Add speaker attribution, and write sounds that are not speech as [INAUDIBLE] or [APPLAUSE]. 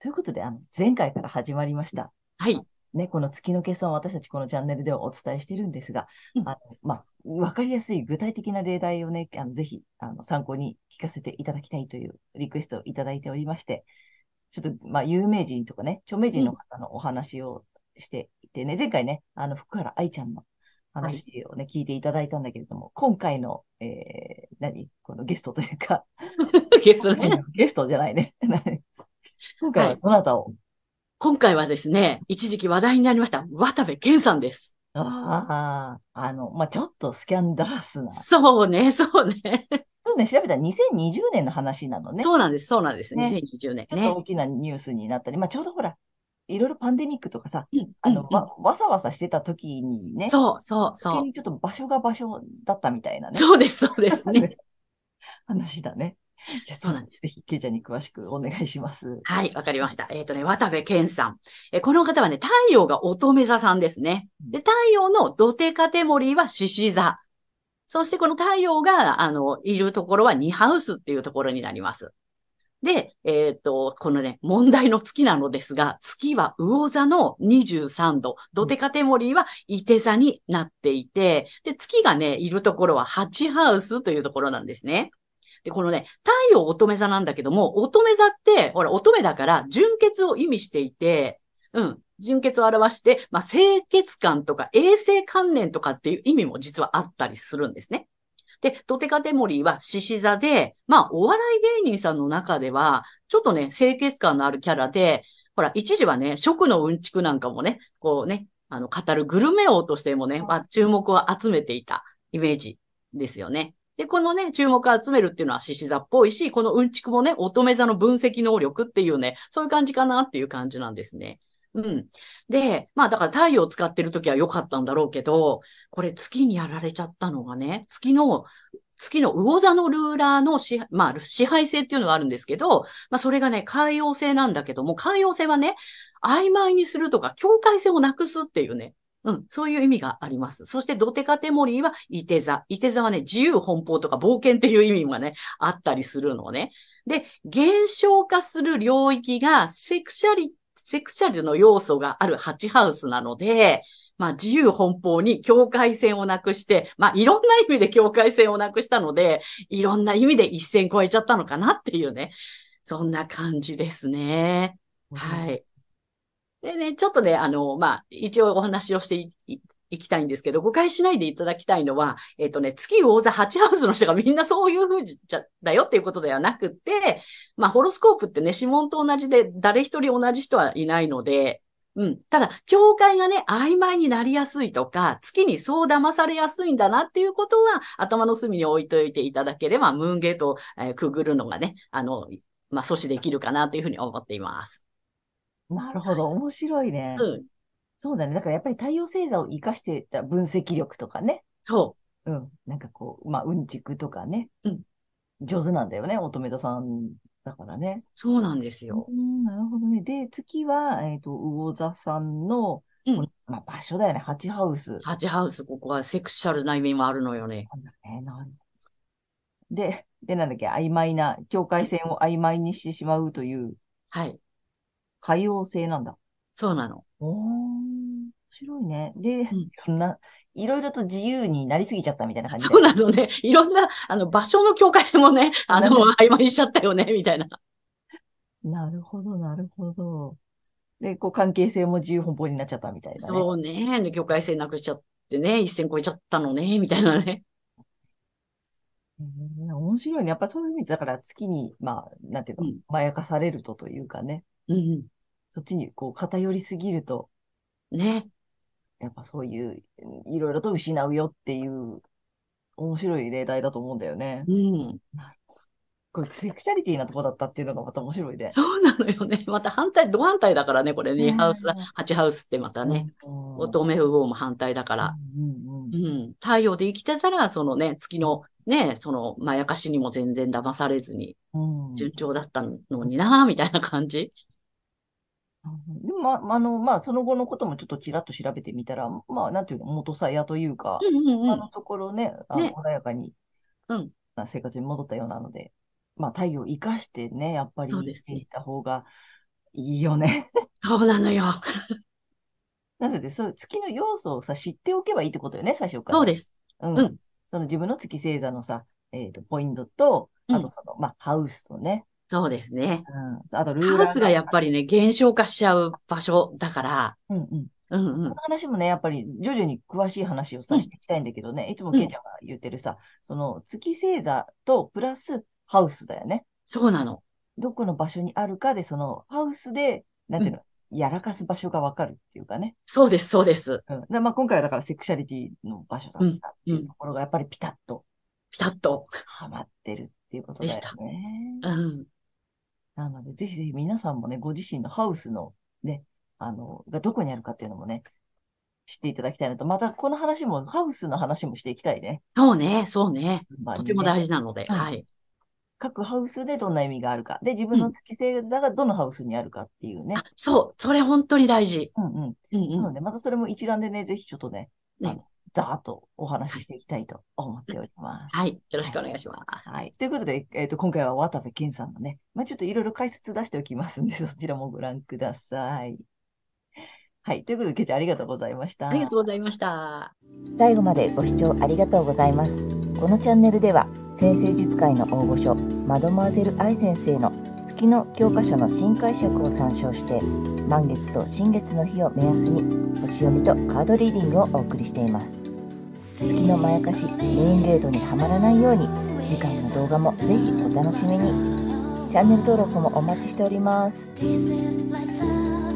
Speaker 1: ということで、あの、前回から始まりました。
Speaker 2: はい。 [LAUGHS]
Speaker 1: ね、この月の決算を私たちこのチャンネルではお伝えしているんですが、
Speaker 2: うん
Speaker 1: あのまあ、わかりやすい具体的な例題をね、あのぜひあの参考に聞かせていただきたいというリクエストをいただいておりまして、ちょっと、まあ、有名人とかね、著名人の方のお話をしていてね、前回ね、あの、福原愛ちゃんの話をね、聞いていただいたんだけれども、今回の、えー、何このゲストというか、
Speaker 2: ゲストね。
Speaker 1: [LAUGHS] ゲストじゃないね。今回はどなたを、
Speaker 2: 今回はですね、一時期話題になりました、渡部健さんです。
Speaker 1: ああ、あの、まあ、ちょっとスキャンダラスな。
Speaker 2: そうね、そうね。
Speaker 1: そうね、調べたら2020年の話なのね。ちょ
Speaker 2: そうなんです、そうなんです。
Speaker 1: ね
Speaker 2: 2020年
Speaker 1: っと
Speaker 2: ね。
Speaker 1: 大きなニュースになったり、まあ、ちょうどほら、いろいろパンデミックとかさ、
Speaker 2: うん
Speaker 1: あの、
Speaker 2: うん
Speaker 1: わ、わさわさしてた時にね、
Speaker 2: そう、そう、そ
Speaker 1: 急
Speaker 2: う。
Speaker 1: にちょっと場所が場所だったみたいなね、
Speaker 2: そうです、そうですね。
Speaker 1: [LAUGHS] 話だね。じゃあ、
Speaker 2: そうなん
Speaker 1: ぜひ、ケイちゃんに詳しくお願いします。。
Speaker 2: はい、わかりました。えっ、とね、渡部健さん。えーこの方はね、太陽が乙女座さんですね。で、太陽の土手カテゴリーは獅子座。そしてこの太陽が、あの、いるところはニハウスっていうところになります。で、えっ、と、このね、問題の月なのですが、月は魚座の23度、土手カテゴリーは伊手座になっていて、で、月がね、いるところは8ハウスというところなんですね。で、このね、太陽乙女座なんだけども、乙女座って、ほら、乙女だから、純潔を意味していて、うん、純潔を表して、まあ、清潔感とか衛生観念とかっていう意味も実はあったりするんですね。で、ドテカテモリーは獅子座で、まあ、お笑い芸人さんの中では、ちょっとね、清潔感のあるキャラで、ほら、一時はね、食のうんちくなんかもね、こうね、あの、語るグルメ王としてもね、まあ、注目を集めていたイメージですよね。で、このね、注目を集めるっていうのは獅子座っぽいし、このうんちくもね、乙女座の分析能力っていうね、そういう感じかなっていう感じなんですね。うん。で、まあだから太陽を使ってる時は良かったんだろうけど、これ月にやられちゃったのがね、月の、月の魚座のルーラーの支配、まあ支配性っていうのがあるんですけど、まあそれがね、海洋性なんだけども、海洋性はね、曖昧にするとか、境界線をなくすっていうね、うん、そういう意味があります。そして、ドテカテモリーは、イテ座。イテ座はね、自由奔放とか冒険っていう意味がね、あったりするのね。で、減少化する領域が、セクシャリ、セクシャルの要素がある8ハウスなので、まあ、自由奔放に境界線をなくして、まあ、いろんな意味で境界線をなくしたので、いろんな意味で一線超えちゃったのかなっていうね。そんな感じですね。はいい。でね、ちょっとね、あの、まあ、一応お話をしていいいきたいんですけど、誤解しないでいただきたいのは、えっ、とね、月魚座8ハウスの人がみんなそういうふうじゃだよっていうことではなくて、まあ、ホロスコープってね、指紋と同じで、誰一人同じ人はいないので、うん。ただ、境界がね、曖昧になりやすいとか、月にそう騙されやすいんだなっていうことは、頭の隅に置いといていただければ、ムーンゲートを、えーくぐるのがね、あの、まあ、阻止できるかなというふうに思っています。
Speaker 1: なるほど、面白いね。
Speaker 2: うん。
Speaker 1: そうだね。だからやっぱり太陽星座を生かしてた分析力とかね。
Speaker 2: そう。
Speaker 1: うん。なんかこう、まあ、うんちくとかね。
Speaker 2: うん
Speaker 1: 上手なんだよね。乙女座さんだからね。
Speaker 2: そうなんですよ。
Speaker 1: うん、なるほどね。で、月は、えっと、魚座さんの、
Speaker 2: うん
Speaker 1: このまあ、場所だよね。8ハウス。
Speaker 2: ハチハウス、ここはセクシャルな意味もあるのよね。
Speaker 1: なんだね。なんで、で、なんだっけ、曖昧な、境界線を曖昧にしてしまうという、
Speaker 2: はい。
Speaker 1: 海洋性なんだ。
Speaker 2: そうなの。
Speaker 1: おー、面白いね。で、い
Speaker 2: ん
Speaker 1: ろんな、いろいろと自由になりすぎちゃったみたいな
Speaker 2: [LAUGHS]
Speaker 1: 感じだ
Speaker 2: そう
Speaker 1: よね
Speaker 2: なのね。いろんな、あの、場所の境界線もね、あの、曖昧にしちゃったよね、みたいな。
Speaker 1: なるほど、なるほど。で、こう、関係性も自由奔放になっちゃったみたいなね。
Speaker 2: そうね。で境界線なくしちゃってね、一線超えちゃったのね、みたいなね。
Speaker 1: うん面白いね。やっぱそういう意味で、だから月に、まあ、なんていうの
Speaker 2: うん、
Speaker 1: まやかされるとというかね、
Speaker 2: うん。
Speaker 1: そっちにこう偏りすぎると、
Speaker 2: ね。
Speaker 1: やっぱそういう、いろいろと失うよっていう、面白い例題だと思うんだよね。
Speaker 2: うん。
Speaker 1: これ、セクシャリティなとこだったっていうのがまた面白いね。
Speaker 2: そうなのよね。また反対、ド反対だからね、これ
Speaker 1: ね
Speaker 2: ね、ハウス、8ハウスってまたね、
Speaker 1: うん。
Speaker 2: 乙女魚も反対だから。
Speaker 1: うんうんうん
Speaker 2: うん、太陽で生きてたら、そのね、月のね、そのまやかしにも全然騙されずに
Speaker 1: うん
Speaker 2: 順調だったのにな、みたいな感じ。
Speaker 1: でも、ま、あの、まあ、その後のこともちょっとちらっと調べてみたら、まあ、なんていうの、元さやというか、
Speaker 2: うんうんう
Speaker 1: あ
Speaker 2: ん。
Speaker 1: のところね、あの
Speaker 2: ね
Speaker 1: 穏やかに
Speaker 2: うん
Speaker 1: な生活に戻ったようなので、まあ、太陽を生かしてね、やっぱり
Speaker 2: そうです
Speaker 1: 生
Speaker 2: ね
Speaker 1: きていた方がいいよね。 [LAUGHS]
Speaker 2: そうなのよ。
Speaker 1: なので、そういう月の要素をさ、知っておけばいいってことよね、最初から。
Speaker 2: そうです。
Speaker 1: う
Speaker 2: うんん。
Speaker 1: その自分の月星座のさ、えっと、ポイントと、あ
Speaker 2: う
Speaker 1: と
Speaker 2: ん
Speaker 1: その、まあ、ハウスとね。
Speaker 2: そうですね。
Speaker 1: うん。あと、ルーラー
Speaker 2: ハウスがやっ
Speaker 1: り。
Speaker 2: ぱりね、減少化しちゃう場所だから、
Speaker 1: うんうん。
Speaker 2: うんう
Speaker 1: こ
Speaker 2: ん
Speaker 1: の。話もね、やっぱり徐々に詳しい話をさ、
Speaker 2: うん
Speaker 1: していきたいんだけどね、いつも
Speaker 2: うん
Speaker 1: ケイちゃんが言ってるさ、その月星座とプラスハウスだよね。
Speaker 2: そうなの。
Speaker 1: どこの場所にあるかで、そのハウスで、なんていうの、やらかす場所がわかるっていうかね。
Speaker 2: そうです、そうです。
Speaker 1: うん。でまあ、今回はだからセクシャリティの場所だったっていうところが、やっぱりピタッと
Speaker 2: ピタッと。
Speaker 1: ハマってるっていうことだよ
Speaker 2: でした
Speaker 1: ね。
Speaker 2: うん。
Speaker 1: なので、ぜひぜひ皆さんもね、ご自身のハウスの、ね、あの、がどこにあるかっていうのもね、知っていただきたいなと。また、この話も、ハウスの話もしていきたいね。
Speaker 2: そうね、そうね。
Speaker 1: まあ
Speaker 2: とても大
Speaker 1: ね
Speaker 2: 事なので、
Speaker 1: うん
Speaker 2: はい。
Speaker 1: 各ハウスでどんな意味があるか。で、自分の月星座がどのハウスにあるかっていうね
Speaker 2: あ。、そう、それ本当に大事。
Speaker 1: うんうん。
Speaker 2: うん
Speaker 1: な
Speaker 2: う
Speaker 1: の
Speaker 2: ん。
Speaker 1: で、またそれも一覧でね、ぜひちょっとね、あ
Speaker 2: ね
Speaker 1: のざーっとお話ししていきたいと思っております。
Speaker 2: はい。よろしくお願いします。
Speaker 1: はい。ということで、えっ、と、今回は渡部健さんのね、まあ、ちょっといろいろ解説出しておきますんで、そちらもご覧ください。はい。ということで、ケイちゃんありがとうございました。
Speaker 2: ありがとうございました。
Speaker 1: 最後までご視聴ありがとうございます。このチャンネルでは、先生術界の大御所、マドモアゼル愛先生の月の教科書の新解釈を参照して、満月と新月の日を目安に、星読みとカードリーディングをお送りしています。月のまやかし、ムーンゲートにはまらないように、次回の動画もぜひお楽しみに。チャンネル登録もお待ちしております。
Speaker 3: Lights up.